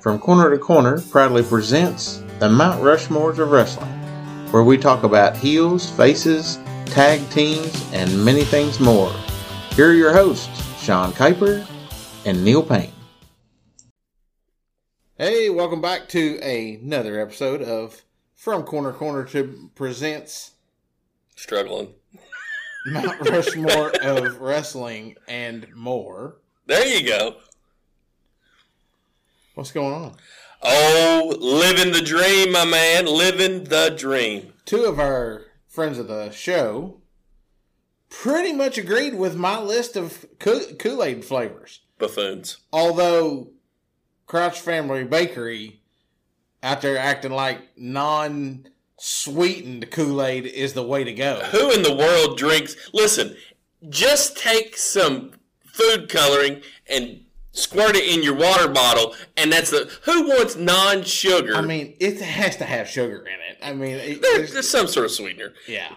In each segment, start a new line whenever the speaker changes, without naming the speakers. from Corner to Corner proudly presents the Mount Rushmores of Wrestling, where we talk about heels, faces, tag teams, and many things more. Here are your hosts, Sean Kuiper and Neil Payne. Hey, welcome back to another episode of From Corner to Corner to presents
Struggling.
Mount Rushmore of wrestling and more.
There you go.
What's going on?
Oh, living the dream, my man. Living the dream.
Two of our friends of the show pretty much agreed with my list of Kool Aid flavors.
Buffoons.
Although Crouch Family Bakery out there acting like non sweetened Kool Aid is the way to go.
Who in the world drinks? Listen, just take some food coloring and squirt it in your water bottle, and that's the. Who wants non sugar?
I mean, it has to have sugar in it. I mean, it,
there,
there's-
there's some sort of sweetener.
yeah,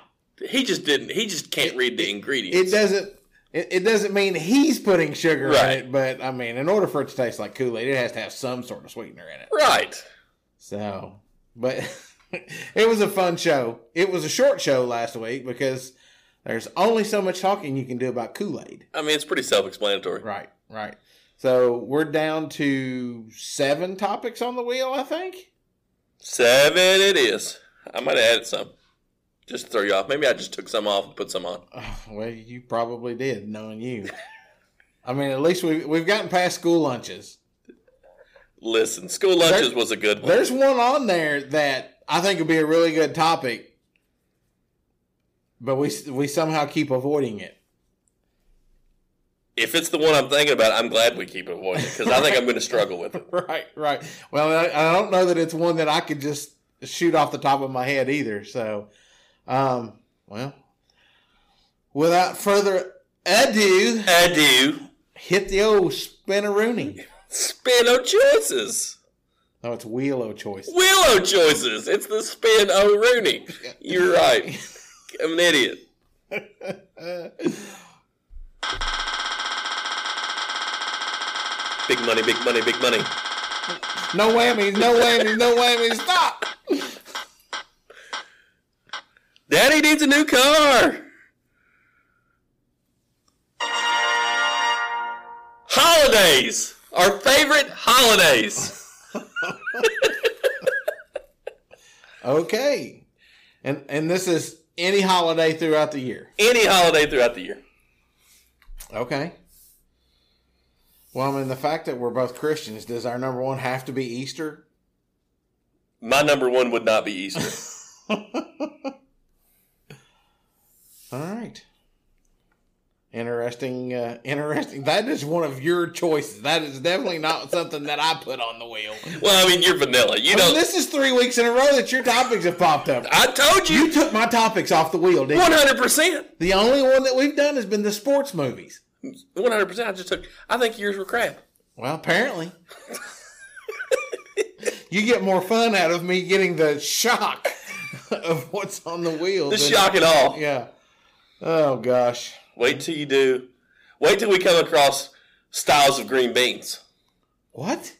He just didn't. He just can't read the ingredients.
it doesn't. It, it doesn't mean he's putting sugar
Right.
in it, but I mean, in order for it to taste like Kool Aid, it has to have some sort of sweetener in it.
right.
So, but it was a fun show. It was a short show last week because there's only so much talking you can do about Kool Aid.
I mean, it's pretty self-explanatory.
Right, right. So we're down to seven topics on the wheel, I think.
Seven it is. I might have added some. Just to throw you off. Maybe I just took some off and put some on.
Oh, well, you probably did, knowing you. I mean, at least we've, we've gotten past school lunches.
Listen, school lunches
There-
was a good one.
There's one on there that I think would be a really good topic, but we we somehow keep avoiding it.
if it's the one I'm thinking about, I'm glad we keep avoiding it because I think I'm going to struggle with it.
Right, right. Well, I, I don't know that it's one that I could just shoot off the top of my head either. So, um, well, without further ado,
I do.
hit the old spinneroony.
Spin o choices.
No, it's wheel of choice.
Willow choices. It's the spin o Rooney. You're right. I'm an idiot. Big money, big money, big money.
No whammies, no whammies, no whammies. Stop.
Daddy needs a new car. Holidays. Our favorite holidays.
Okay, and and this is any holiday throughout the year.
Any holiday throughout the year.
Okay. Well, I mean, the fact that we're both Christians, does our number one have to be Easter?
My number one would not be Easter.
All right. Interesting. Uh, interesting. That is one of your choices. That is definitely not something that I put on the wheel.
well, I mean, you're vanilla. You
I mean,
don't.
this is three weeks in a row that your topics have popped up.
I told
You
you,
took my topics off the wheel, didn't you?
one hundred percent,
The only one that we've done has been the sports movies.
one hundred percent. I just took. I think yours were crap.
Well, apparently. you get more fun out of me getting the shock of what's on the wheel.
The
than-
shock at all.
Yeah. Oh, gosh.
Wait till you do. Wait till we come across styles of green beans.
What?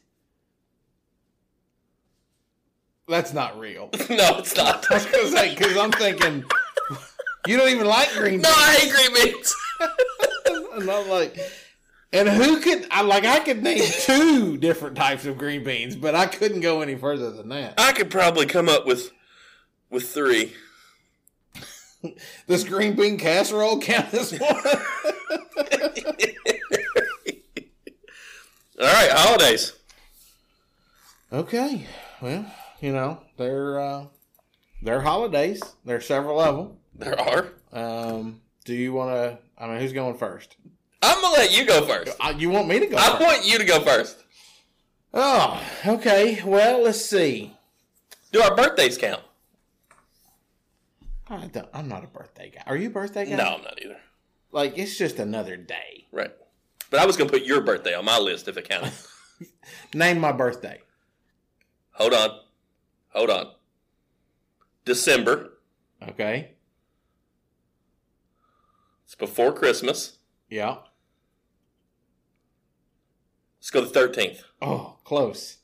That's not real.
no, it's not.
I was gonna say because I'm thinking you don't even like green.
no, I hate green beans.
beans. And I'm like, and who could I like? I could name two different types of green beans, but I couldn't go any further than that.
I could probably come up with with three.
This green bean casserole count as one.
All right, holidays.
okay, well, you know they're uh, they're holidays. There are several of them.
There are.
Um, do you want to? I mean, who's going first?
I'm gonna let you go first.
Uh, you want me to go?
I
first?
want you to go first.
Oh, okay. Well, let's see.
Do our birthdays count?
I don't, I'm not a birthday guy. Are you a birthday guy?
No, I'm not either.
Like, it's just another day.
Right. But I was gonna put your birthday on my list if it counted.
Name my birthday.
Hold on. Hold on. December.
Okay.
It's before Christmas.
Yeah.
Let's go the 13th.
Oh, close.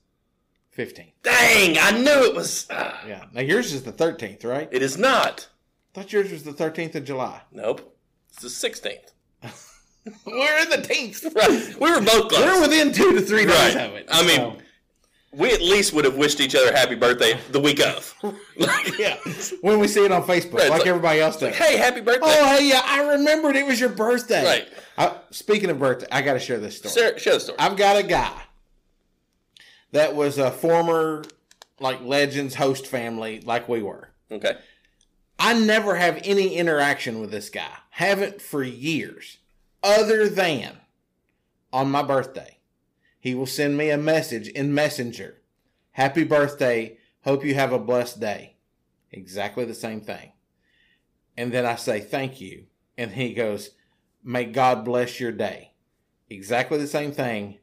15.
Dang, I knew it was. ah,
Yeah. Now yours is the 13th, right?
it is not.
thought yours was the 13th of July.
Nope. It's the 16th.
We're in the teens.
Right. We were both close.
We're within two to three days
Right.
of it.
I mean, we at least would have wished each other happy birthday the week of. Like,
yeah. When we see it on Facebook,
Right, it's
like,
like-
everybody else does.
hey, happy birthday.
oh, hey, yeah, I remembered it was your birthday.
Right.
I, speaking of birthday, I got to share this story.
Sarah, show the story.
I've got a guy that was a former like Legends host family, like we were.
okay.
I never have any interaction with this guy. Haven't for years. Other than on my birthday, he will send me a message in Messenger. Happy birthday. Hope you have a blessed day. Exactly the same thing. And then I say thank you. And he goes, may God bless your day. Exactly the same thing.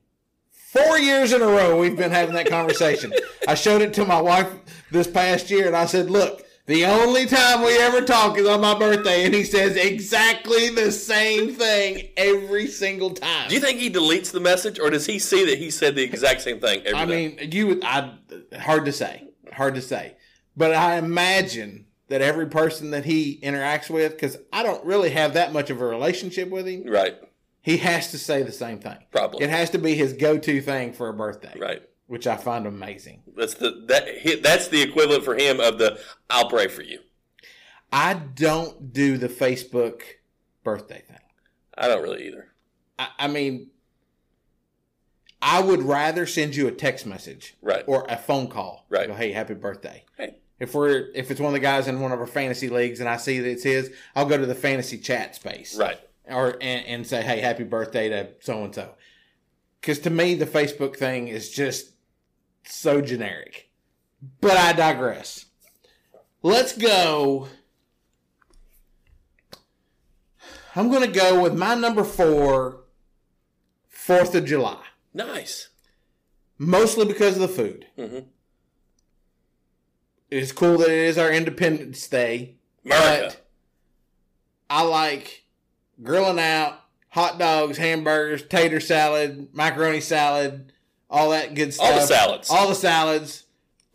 Four years in a row, we've been having that conversation. I showed it to my wife this past year and I said, look, the only time we ever talk is on my birthday. And he says exactly the same thing every single time.
Do you think he deletes the message, or does he see that he said the exact same thing every
I
day?
mean, you would. I hard to say, hard to say, but I imagine that every person that he interacts with, because I don't really have that much of a relationship with him,
right,
he has to say the same thing.
Probably.
it has to be his go-to thing for a birthday,
right.
Which I find amazing.
That's the that he, that's the equivalent for him of the I'll pray for you.
I don't do the Facebook birthday thing.
I don't really either.
I, I mean, I would rather send you a text message,
Right.
or a phone call,
Right.
Go, hey, happy birthday.
Hey,
If we're if it's one of the guys in one of our fantasy leagues and I see that it's his, I'll go to the fantasy chat space,
right.
Or and, and say, hey, happy birthday to so and so. Because to me, the Facebook thing is just so generic. But I digress. Let's go. I'm going to go with my number four, Fourth of July,
Nice. Mm-hmm.
mostly because of the food. It's cool that it is our Independence Day.
America.
But I like grilling out, hot dogs, hamburgers, tater salad, macaroni salad, all that good stuff.
All the salads.
All the salads.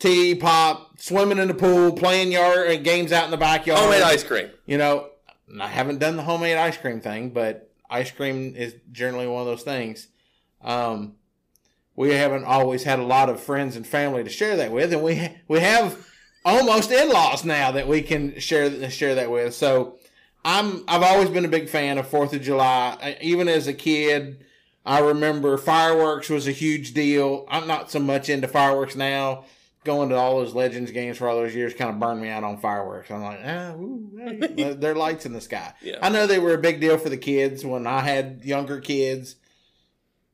Tea, pop, swimming in the pool, playing yard uh, games out in the backyard.
Homemade ice cream.
You know, and I haven't done the homemade ice cream thing, but ice cream is generally one of those things. Um, we haven't always had a lot of friends and family to share that with, and we we have almost in laws now that we can share share that with. So I'm I've always been a big fan of Fourth of July. I, even as a kid, I remember fireworks was a huge deal. I'm not so much into fireworks now. Going to all those Legends games for all those years kind of burned me out on fireworks. I'm like, ah, ooh, hey, they're lights in the sky.
Yeah.
I know they were a big deal for the kids when I had younger kids.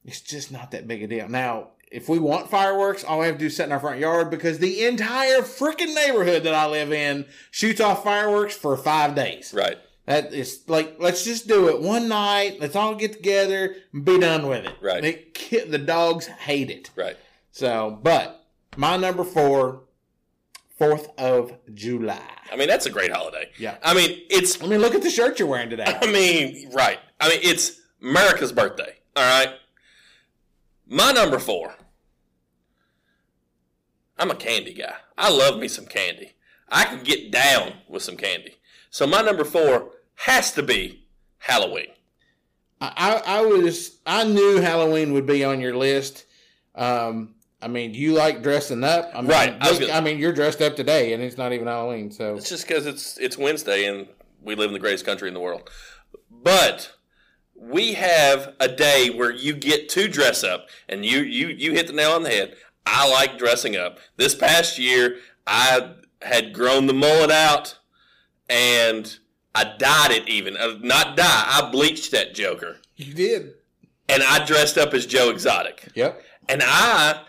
It's just not that big a deal. Now, if we want fireworks, all we have to do is sit in our front yard because the entire freaking neighborhood that I live in shoots off fireworks for five days.
Right.
That is like, let's just do it one night. Let's all get together and be done with it.
Right.
It, ki- the dogs hate it.
Right.
So, but my number four, 4th of July.
I mean, that's a great holiday.
Yeah.
I mean, it's
I mean, look at the shirt you're wearing today.
I mean, right. I mean, it's America's birthday. All right. My number four. I'm a candy guy. I love me some candy. I can get down with some candy. So my number four has to be Halloween.
I, I I was, I knew Halloween would be on your list. Um, I mean, you like dressing up. I mean,
Right, I was
look-
gonna-
I mean, you're dressed up today and it's not even Halloween. So,
It's just because it's it's Wednesday and we live in the greatest country in the world. But we have a day where you get to dress up, and you you you hit the nail on the head. I like dressing up. This past year, I had grown the mullet out, and I dyed it even uh, not dye. I bleached that Joker,
you did.
and I dressed up as Joe Exotic.
Yep.
And I,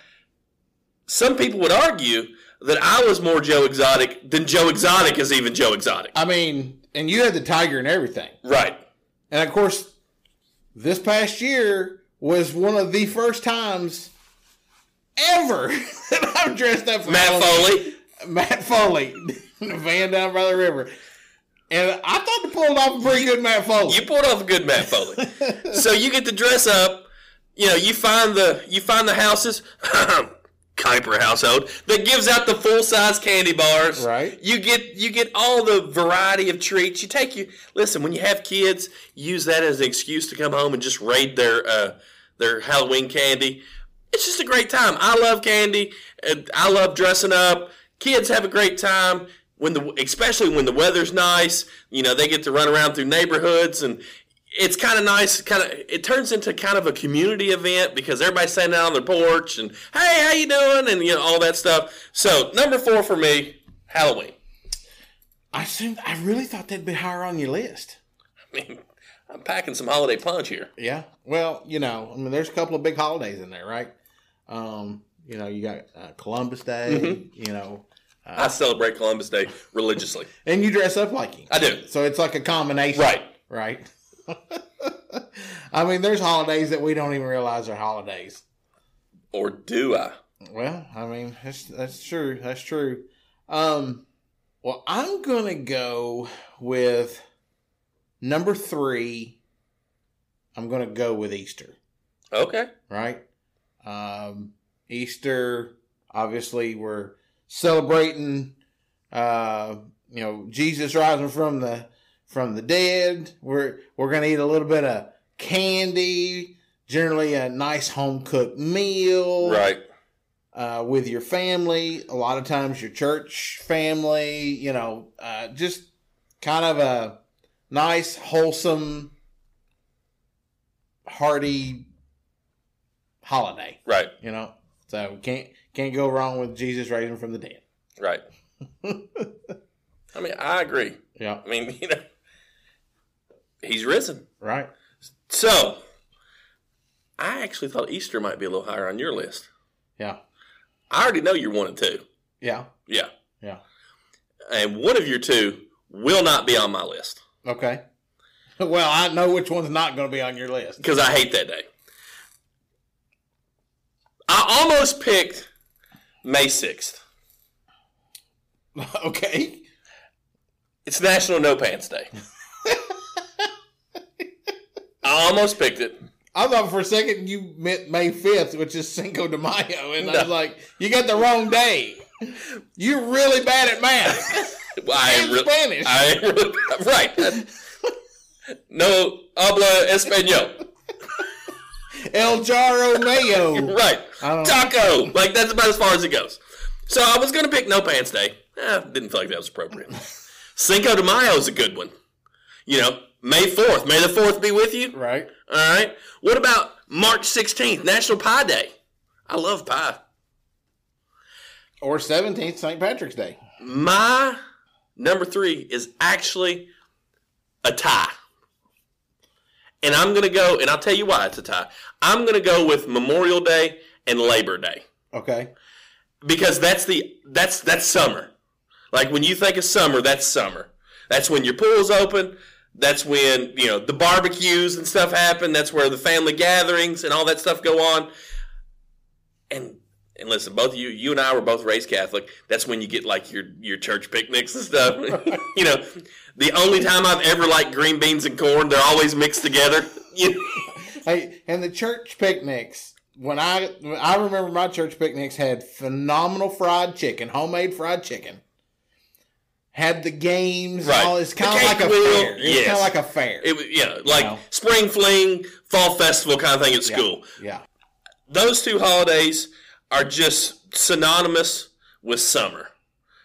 some people would argue that I was more Joe Exotic than Joe Exotic is even Joe Exotic.
I mean, and you had the tiger and everything.
Right.
And of course, this past year was one of the first times ever that I've dressed up for
Matt
Halloween.
Foley.
Matt Foley, the van down by the river. And I thought to pulled off a pretty good Matt Foley.
You pulled off a good Matt Foley. so you get to dress up. You know, you find the you find the houses. hyper household that gives out the full size candy bars.
Right.
You get you get all the variety of treats. You take you listen when you have kids, use that as an excuse to come home and just raid their uh, their Halloween candy. It's just a great time. I love candy. and I love dressing up. Kids have a great time when the especially when the weather's nice. You know they get to run around through neighborhoods and it's kind of nice. Kind of, it turns into kind of a community event because everybody's standing out on their porch and hey, how you doing? And you know all that stuff. So number four for me, Halloween.
I assumed I really thought that'd be higher on your list.
I mean, I'm packing some holiday punch here.
Yeah. Well, you know, I mean, there's a couple of big holidays in there, right? Um, you know, you got uh, Columbus Day. You know, Ah.
I celebrate Columbus Day religiously.
and you dress up like him.
I do.
So it's like a combination,
Right.
Right. I mean, there's holidays that we don't even realize are holidays.
Or do I?
Well, I mean, that's that's true. That's true. Um, well, I'm gonna go with number three. I'm gonna go with Easter.
Okay.
right? Um, Easter, obviously, we're celebrating, uh, you know, Jesus rising from the from the dead. We're we're gonna eat a little bit of candy, generally a nice home cooked meal,
Right.
Uh, with your family, a lot of times your church family, you know, uh, just kind of a nice, wholesome, hearty holiday
Right.
you know. So can't can't go wrong with Jesus raising from the dead.
Right. I mean, I agree.
Yeah,
I mean, you know, he's risen.
right.
So, I actually thought Easter might be a little higher on your list.
Yeah,
I already know you're one and two.
yeah.
Yeah.
Yeah.
And one of your two will not be on my list
Okay. Well, I know which one's not going to be on your list.
because I hate that day. I almost picked May 6th.
okay.
It's National No Pants Day. I almost picked it.
I thought for a second you meant May fifth, which is Cinco de Mayo, and I was
No.
like, you got the wrong day. You're really bad at math
Well, I
and
am real-
Spanish.
I am real- right. No habla español.
El Jarro Mayo.
Right.
I don't-
Taco. Like that's about as far as it goes. So I was gonna pick No Pants Day. Eh, didn't feel like that was appropriate. Cinco de Mayo is a good one. You know, May fourth. May the fourth be with you.
right.
All right. What about March sixteenth, National Pie Day? I love pie.
Or seventeenth St. Patrick's Day.
My number three is actually a tie. And I'm gonna go, and I'll tell you why it's a tie. I'm gonna go with Memorial Day and Labor Day.
Okay.
because that's the that's that's summer. Like when you think of summer, that's summer. That's when your pool's open. That's when you know the barbecues and stuff happen. That's where the family gatherings and all that stuff go on. And and listen, both of you, you and I were both raised Catholic. That's when you get like your your church picnics and stuff. you know, the only time I've ever liked green beans and corn, they're always mixed together. You-
Hey, and the church picnics. When I when I remember my church picnics had phenomenal fried chicken, homemade fried chicken. Had the games, and
Right.
all it's
The
kind of
cake
like a
wheel,
fair. It's
yes.
kind of like a fair.
it, was- you know, like
Wow.
spring fling, fall festival kind of thing at
Yeah.
school.
Yeah,
those two holidays are just synonymous with summer.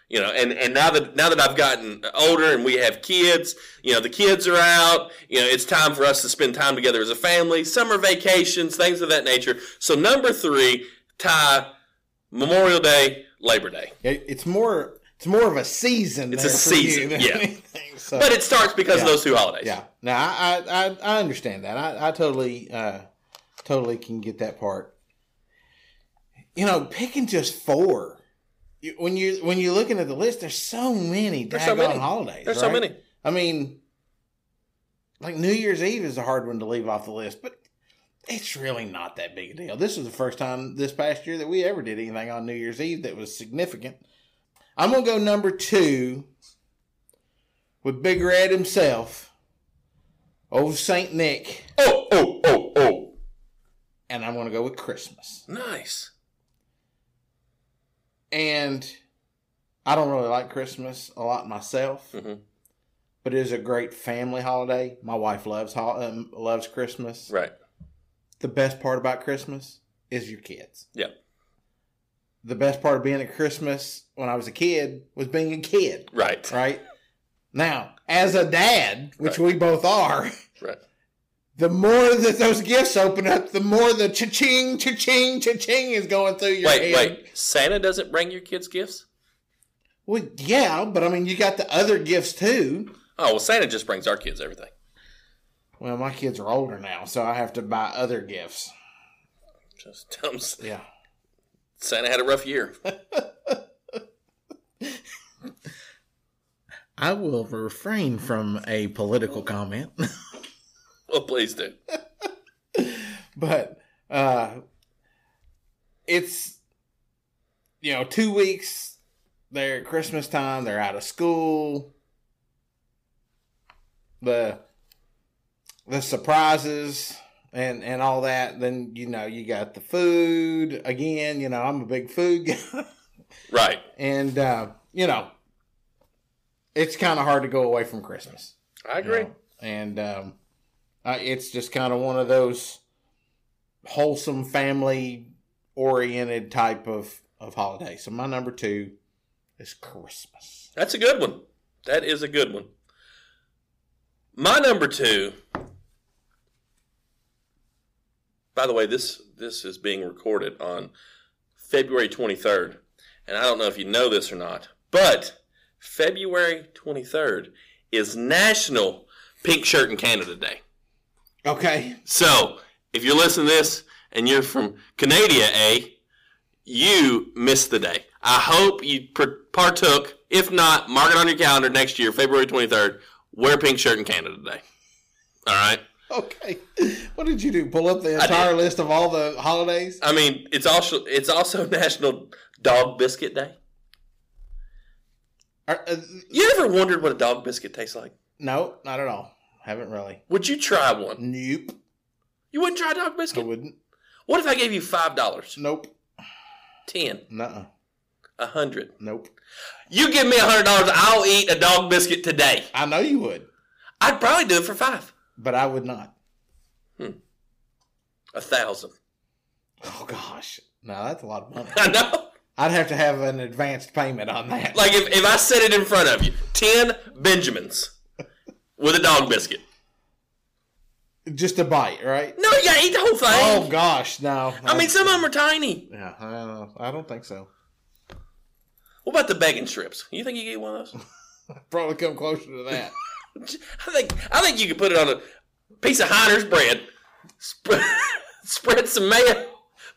You know, and, and now that now that I've gotten older and we have kids, you know, the kids are out, you know, it's time for us to spend time together as a family, summer vacations, things of that nature. So number three, tie Memorial Day, Labor Day.
It- it's more it's more of a season.
It's a
there for
season,
you than
yeah.
anything, so-
But it starts because of those two holidays.
Yeah. No, I I, I, I understand that. I, I totally uh, totally can get that part. You know, picking just four. You- When you when you're looking at the list, there's so many
There's
daggone
so many.
holidays.
There's so
right?
many.
I mean, like New Year's Eve is a hard one to leave off the list, but it's really not that big a deal. This was the first time this past year that we ever did anything on New Year's Eve that was significant. I'm gonna go number two with Big Red himself, old Saint Nick,
Oh, oh, oh, oh.
and I'm gonna go with Christmas.
Nice.
And I don't really like Christmas a lot myself,
Mhm.
but it is a great family holiday. My wife loves hol- um, loves Christmas.
Right.
The best part about Christmas is your kids.
Yeah.
The best part of being at Christmas when I was a kid was being a kid,
Right.
right? Now, as a dad, which we both are,
Right.
the more that those gifts open up, the more the cha-ching, cha-ching, cha-ching is going through your
Wait,
head.
wait. Santa doesn't bring your kids gifts?
Well, yeah, but I mean, you got the other gifts too.
Oh, well, Santa just brings our kids everything.
Well, my kids are older now, so I have to buy other gifts.
Just tell 'em S-
Yeah.
Santa had a rough year.
I will refrain from a political comment,
well, Oh, please do.
but uh, it's, you know, two weeks. They're at Christmas time. They're out of school. The the surprises and and all that. Then you know you got the food again. You know I'm a big food guy.
Right.
and uh, you know, it's kind of hard to go away from Christmas.
I
you know? And um, I, it's just kind of one of those wholesome, family-oriented type of of holiday. So my number two is Christmas.
That's a good one. That is a good one. My number two. By the way, this this is being recorded on February 23rd, and I don't know if you know this or not, but February 23rd is National Pink Shirt in Canada Day.
Okay,
So, if you're listening to this and you're from Canada, eh, you missed the day. I hope you per- partook. If not, mark it on your calendar next year, February 23rd. Wear a pink shirt in Canada Day. All right.
okay. What did you do? Pull up the entire list of all the holidays?
I mean, it's also it's also National Dog Biscuit Day.
Are- uh,
You ever wondered what a dog biscuit tastes like?
no, not at all. Haven't really.
Would you try one?
Nope.
You wouldn't try a dog
I
biscuit.
wouldn't.
What if I gave you five dollars,
Nope.
ten,
Nuh-uh.
a hundred?
Nope.
You give me a hundred dollars, I'll eat a dog biscuit today.
I know you would,
I'd probably do it for five.
but I would not.
A thousand.
Oh gosh, no, that's a lot of money.
I know.
I'd have to have an advanced payment on that.
Like if, if I set it in front of you, ten Benjamins with a dog biscuit.
Just a bite, right?
No, you gotta eat the whole thing.
Oh gosh, no.
I mean, some of them are tiny.
yeah, I don't, know. I don't think so.
What about the bacon strips? You think you could get one of those?
Probably come closer to that.
I think I think you could put it on a piece of Heiner's bread, sp- spread some mayo,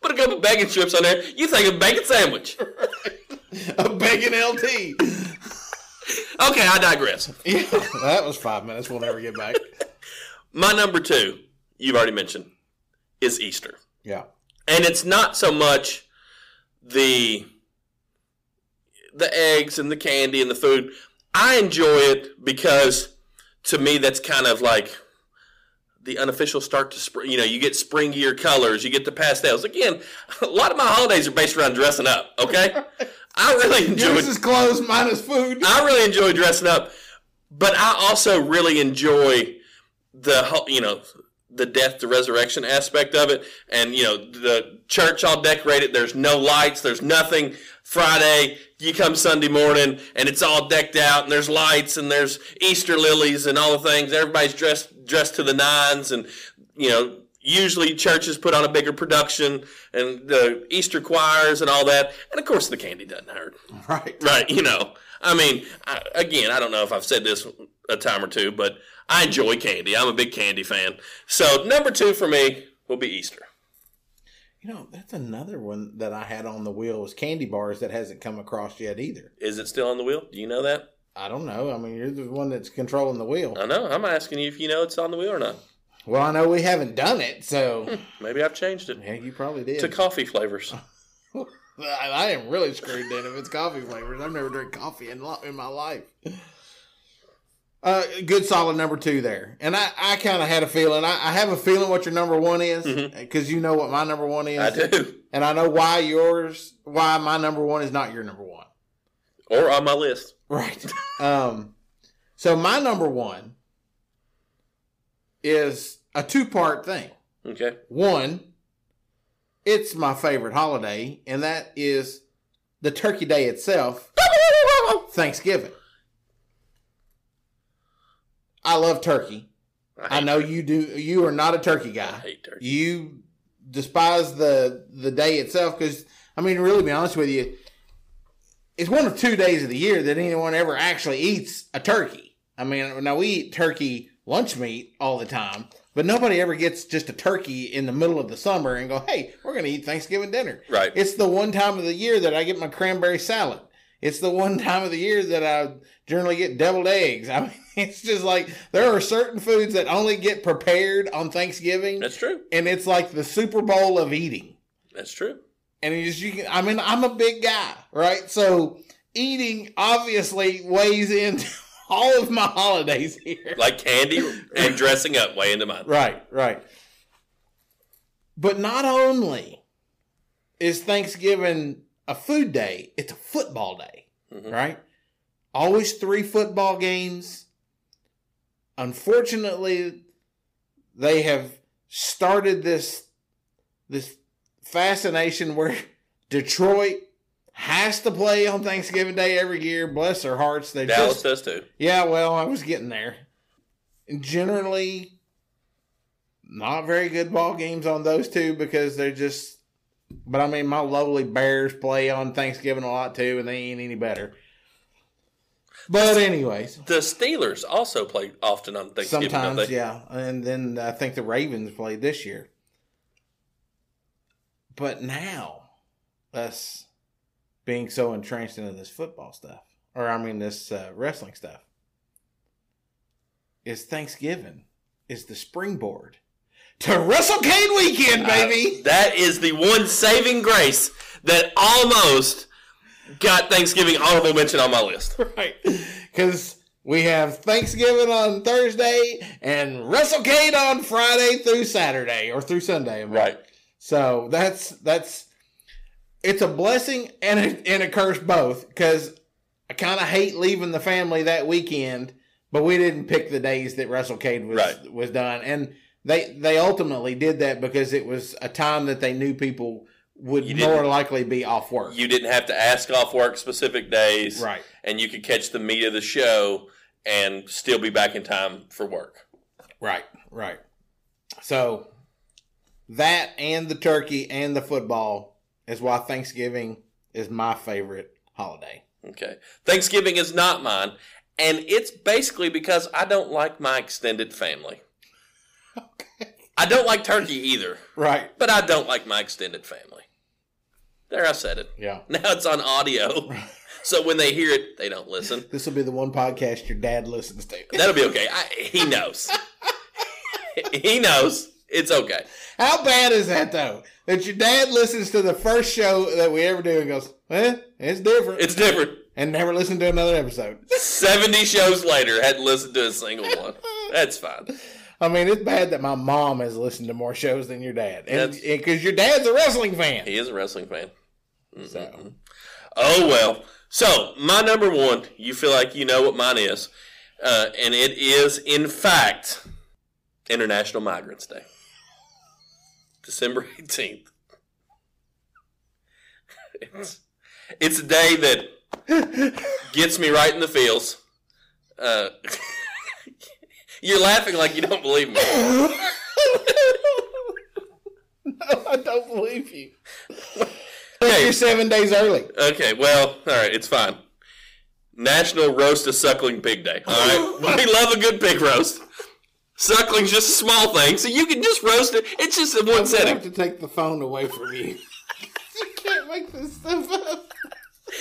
put a couple bacon strips on there. You think a bacon sandwich?
a bacon LT.
Okay, I digress.
yeah, that was five minutes. We'll never get back.
My number two, you've already mentioned, is Easter.
Yeah.
and it's not so much the the eggs and the candy and the food. I enjoy it because to me that's kind of like the unofficial start to spring. You know, you get springier colors, you get the pastels. Again, a lot of my holidays are based around dressing up. Okay, I really enjoy.
Yours is clothes minus food.
I really enjoy dressing up, but I also really enjoy the whole, you know, the death to resurrection aspect of it. And you know, the church all decorated. There's no lights. There's nothing. Friday, you come Sunday morning, and it's all decked out, and there's lights, and there's Easter lilies, and all the things. Everybody's dressed dressed to the nines, and you know. Usually, churches put on a bigger production and the Easter choirs and all that. And of course, the candy doesn't hurt.
Right.
Right, you know. I mean, I, again, I don't know if I've said this a time or two, but I enjoy candy. I'm a big candy fan. So, number two for me will be Easter.
You know, that's another one that I had on the wheel was candy bars that hasn't come across yet either.
Is it still on the wheel? Do you know that?
I don't know. I mean, you're the one that's controlling the wheel.
I know. I'm asking you if you know it's on the wheel or not.
Well, I know we haven't done it, so
Maybe I've changed it
yeah, you probably did.
to coffee flavors.
I, I am really screwed then if it's coffee flavors. I've never drank coffee in, lo- in my life. Uh, good solid number two there, and I, I kind of had a feeling. I, I have a feeling what your number one is because you know what my number one is,
Mm-hmm. I do.
and I know why yours, why my number one is not your number one,
Or on my list.
right? um, so my number one is a two part thing.
Okay.
One, it's my favorite holiday, and that is the Turkey Day itself, Thanksgiving. I love turkey.
I,
I know you do. You are not a turkey
I
guy.
hate turkey.
You despise the the day itself because I mean, really, be honest with you, it's one of two days of the year that anyone ever actually eats a turkey. I mean, now we eat turkey lunch meat all the time, but nobody ever gets just a turkey in the middle of the summer and go, "Hey, we're going to eat Thanksgiving dinner."
Right.
It's the one time of the year that I get my cranberry salad. It's the one time of the year that I generally get deviled eggs. I mean, it's just like there are certain foods that only get prepared on Thanksgiving,
That's true.
and it's like the Super Bowl of eating.
That's true.
And it's, you can, I mean, I'm a big guy, right? So eating obviously weighs into all of my holidays here.
Like candy and dressing up way into mine.
Right, right. But not only is Thanksgiving a food day, it's a football day,
Mhm.
right? Always three football games. Unfortunately, they have started this this fascination where Detroit has to play on Thanksgiving Day every year. Bless their hearts, they
Dallas
just
does too.
yeah, well, I was getting there. Generally, not very good ball games on those two because they're just. But I mean, my lovely Bears play on Thanksgiving a lot too, and they ain't any better. But anyways,
The Steelers also play often on Thanksgiving, don't
sometimes
they?
yeah, and then I think the Ravens played this year. But now, us being so entrenched into this football stuff, or I mean this uh, wrestling stuff, is Thanksgiving is the springboard to Wrestle Kane weekend,
Uh,
baby.
that is the one saving grace that almost got Thanksgiving honorable mention on my list.
right, because we have Thanksgiving on Thursday and Wrestle Kane on Friday through Saturday or through Sunday. I mean.
Right.
So that's that's it's a blessing and a, and a curse both because I kind of hate leaving the family that weekend, but we didn't pick the days that WrestleCade was
Right.
was done, and they they ultimately did that because it was a time that they knew people would
You
more
didn't-
likely be off work.
You didn't have to ask off work specific days.
right.
And you could catch the meat of the show and still be back in time for work.
Right, right. So that and the turkey and the football is why Thanksgiving is my favorite holiday.
Okay. Thanksgiving is not mine. And it's basically because I don't like my extended family. I don't like turkey either,
Right.
but I don't like my extended family. There, I said it.
Yeah.
Now it's on audio. So when they hear it, they don't listen.
This will be the one podcast your dad listens to.
That'll be okay. I, he knows. he knows. It's okay.
How bad is that though? That your dad listens to the first show that we ever do and goes, "Eh, it's different,"
It's different.
and never listened to another episode.
70 shows later, hadn't listened to a single one. That's fine.
I mean, it's bad that my mom has listened to more shows than your dad, and
That's-
because your dad's a wrestling fan.
He is a wrestling fan. Mm-hmm.
So,
Oh, well. So, my number one, you feel like you know what mine is. Uh, and it is, in fact, International Migrants Day, December 18th. It's, it's a day that gets me right in the feels. Uh, you're laughing like you don't believe me.
no, I don't believe you.
Okay.
You're seven days early.
Okay, well, all right, it's fine. National Roast a Suckling Pig Day. All right, we love a good pig roast. Suckling's just a small thing, so you can just roast it. It's just in one
I have
setting.
to take the phone away from you. you can't make this stuff up.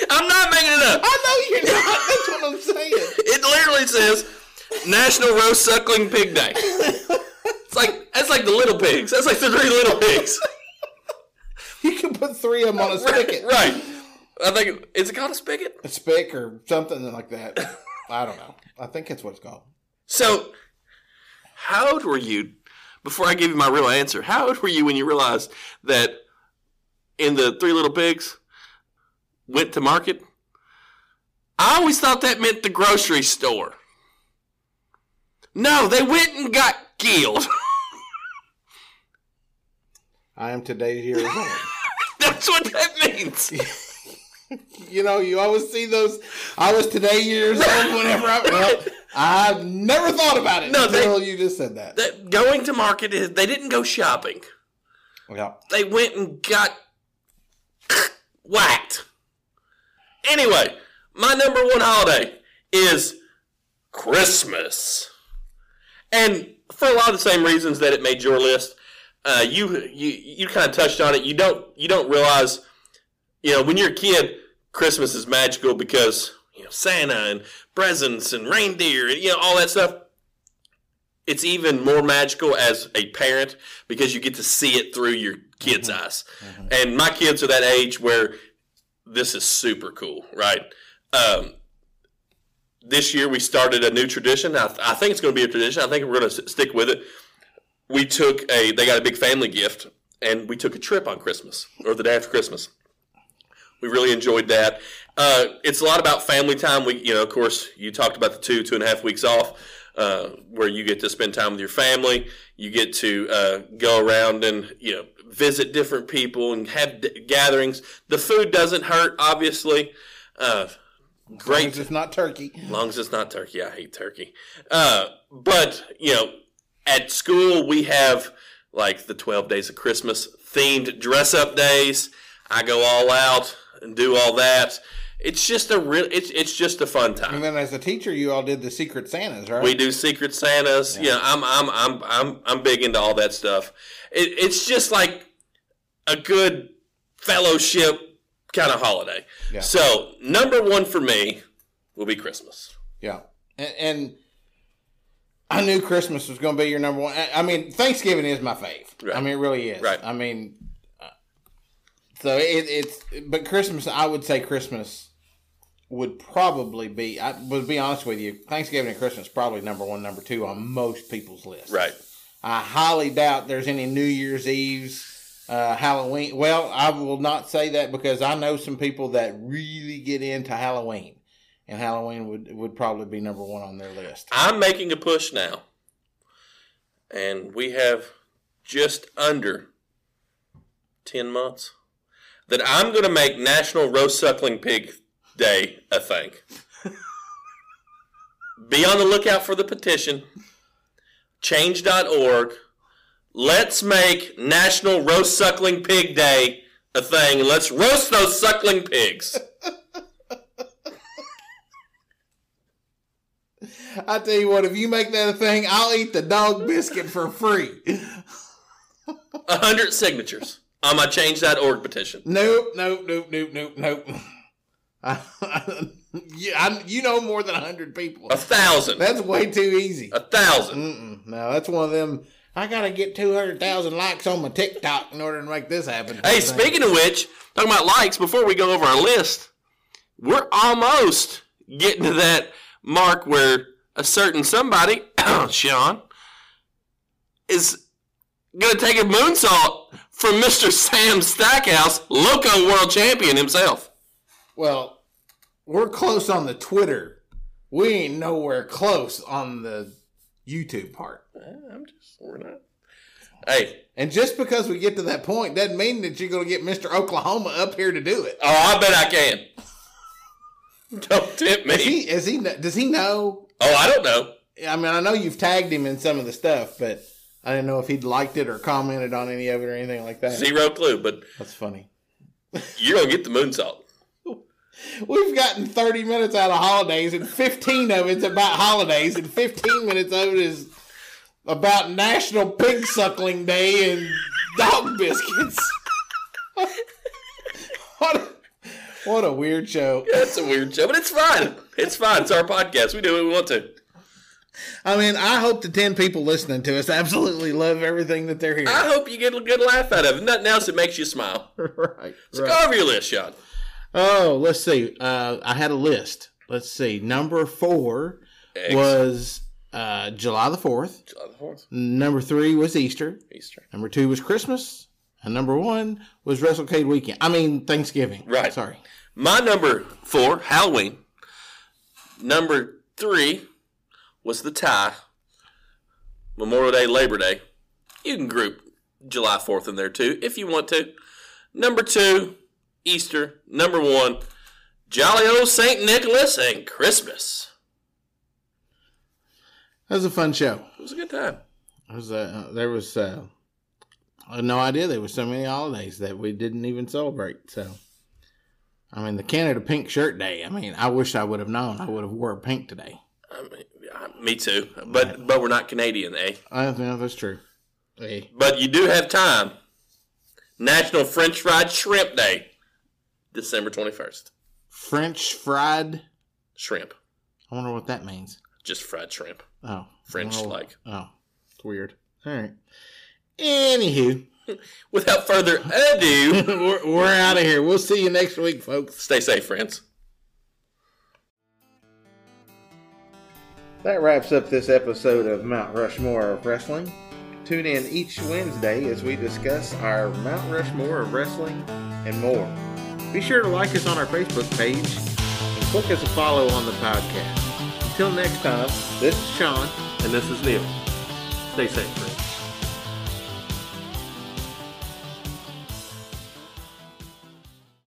I'm not making it up.
I know you're not. That's what I'm saying.
It literally says National Roast Suckling Pig Day. It's like that's like the little pigs. That's like the three little pigs.
You can put three of them on a spigot,
right. I think it's it called a spigot.
a spick or something like that. I don't know. I think that's what it's called.
So, how old were you before I give you my real answer? How old were you when you realized that in the Three Little Pigs went to market? I always thought that meant the grocery store. No, they went and got killed.
I am today here.
That's what that means.
you know, you always see those. I was today years old whenever I. Well, I've never thought about it
No, they-
until you just said that.
That going to market is they didn't go shopping.
yeah.
They went and got whacked. Anyway, my number one holiday is Christmas, and for a lot of the same reasons that it made your list. Uh, you you you kind of touched on it. You don't you don't realize, you know, when you're a kid, Christmas is magical because you know Santa and presents and reindeer and you know all that stuff it's even more magical as a parent because you get to see it through your kids' eyes. And my kids are that age where this is super cool, right? Um, this year we started a new tradition. I, I think it's going to be a tradition. I think we're going to s- stick with it. We took a, they got a big family gift, and we took a trip on Christmas or the day after Christmas. We really enjoyed that. Uh, it's a lot about family time. We, you know, of course, you talked about the two two and a half weeks off, uh, where you get to spend time with your family. You get to uh, go around and you know visit different people and have d- gatherings. The food doesn't hurt, obviously. Uh, great,
It's just not turkey.
as long as it's not turkey, I hate turkey. Uh, but you know, at school we have like the twelve days of Christmas themed dress up days. I go all out and do all that. It's just a real. It's it's just a fun
And
time.
then as a teacher, you all did the Secret Santas, right?
We do secret Santas. Yeah, I'm I'm I'm I'm I'm big into all that stuff. It, it's just like a good fellowship kind of holiday.
Yeah.
So number one for me will be Christmas.
Yeah, and, and I knew Christmas was going to be your number one. I- I mean, Thanksgiving is my fave.
Right.
I mean, it really is.
Right.
I mean, uh, so it, it's but Christmas. I would say Christmas would probably be. I would be honest with you. Thanksgiving and Christmas probably number one, number two on most people's list.
Right.
I highly doubt there's any New Year's Eve's, uh, Halloween. Well, I will not say that because I know some people that really get into Halloween, and Halloween would would probably be number one on their list.
I'm making a push now, and we have just under 10 months that I'm going to make National Roast Suckling Pig Day a thing. Be on the lookout for the petition, change.org. Let's make National Roast Suckling Pig Day a thing. Let's roast those suckling pigs.
I tell you what, if you make that a thing, I'll eat the dog biscuit for free.
100 signatures on my change.org petition.
nope, nope, nope, nope, nope, nope. you, I, you know more than hundred people.
A thousand.
That's way too easy.
A thousand.
Mm-mm. No, that's one of them. I gotta get two hundred thousand likes on my TikTok in order to make this happen.
Hey, speaking of which, talking about likes, before we go over our list, we're almost getting to that mark where a certain somebody, Sean, is going to take a moonsault from Mr. Sam Stackhouse, Loco World Champion himself.
Well, we're close on the Twitter. We ain't nowhere close on the YouTube part.
Uh, I'm just, we're not. Hey,
And just because we get to that point doesn't mean that you're gonna get Mr. Oklahoma up here to do it.
oh, I bet I can. Don't tempt
Is
me.
he? Is he? kn- Does he know?
Oh, I don't know.
I mean, I know you've tagged him in some of the stuff, but I didn't know if he'd liked it or commented on any of it or anything like that.
Zero clue, but
That's funny.
you're going to get the moonsault.
We've gotten 30 minutes out of holidays, and 15 of it's about holidays, and 15 minutes of it is about National Pig Suckling Day and dog biscuits. what, a, what a weird show.
That's a weird show, but it's fine. It's fine. It's our podcast. We do what we want to.
I mean, I hope the 10 people listening to us absolutely love everything that they're hearing.
I hope you get a good laugh out of it. Nothing else that makes you smile.
right,
Go over your list, Sean.
Oh, let's see. Uh, I had a list. Let's see. Number four
Eggs.
was uh, July the 4th.
July the 4th.
Number three was Easter.
Easter.
Number two was Christmas. And number one was WrestleCade weekend. I mean, Thanksgiving.
Right.
Sorry.
My number four, Halloween. Number three was the tie. Memorial Day, Labor Day. You can group July 4th in there too if you want to. Number two, Easter. Number one, Jolly Old St. Nicholas and Christmas.
That was a fun show.
It was a good time.
It was, uh, there was, uh, I had no idea there was so many holidays that we didn't even celebrate. So, I mean, the Canada Pink Shirt Day. I mean, I wish I would have known. I would have wore pink today.
I mean, I- me too. But, but we're not Canadian, eh?
I think that's true. Hey,
But you do have time. National French Fried Shrimp Day, December 21st.
French fried.
Shrimp.
I wonder what that means.
Just fried shrimp.
Oh,
French
Oh,
like.
Oh, it's weird. All right. Anywho,
Without further ado,
we're, we're out of here. We'll see you next week, folks.
stay safe, friends.
That wraps up this episode of Mount Rushmore of Wrestling. Tune in each Wednesday as we discuss our Mount Rushmore of Wrestling and more. Be sure to like us on our Facebook page and click us a follow on the podcast. Until next time, this is Sean.
And this is Neil. Stay safe, friends.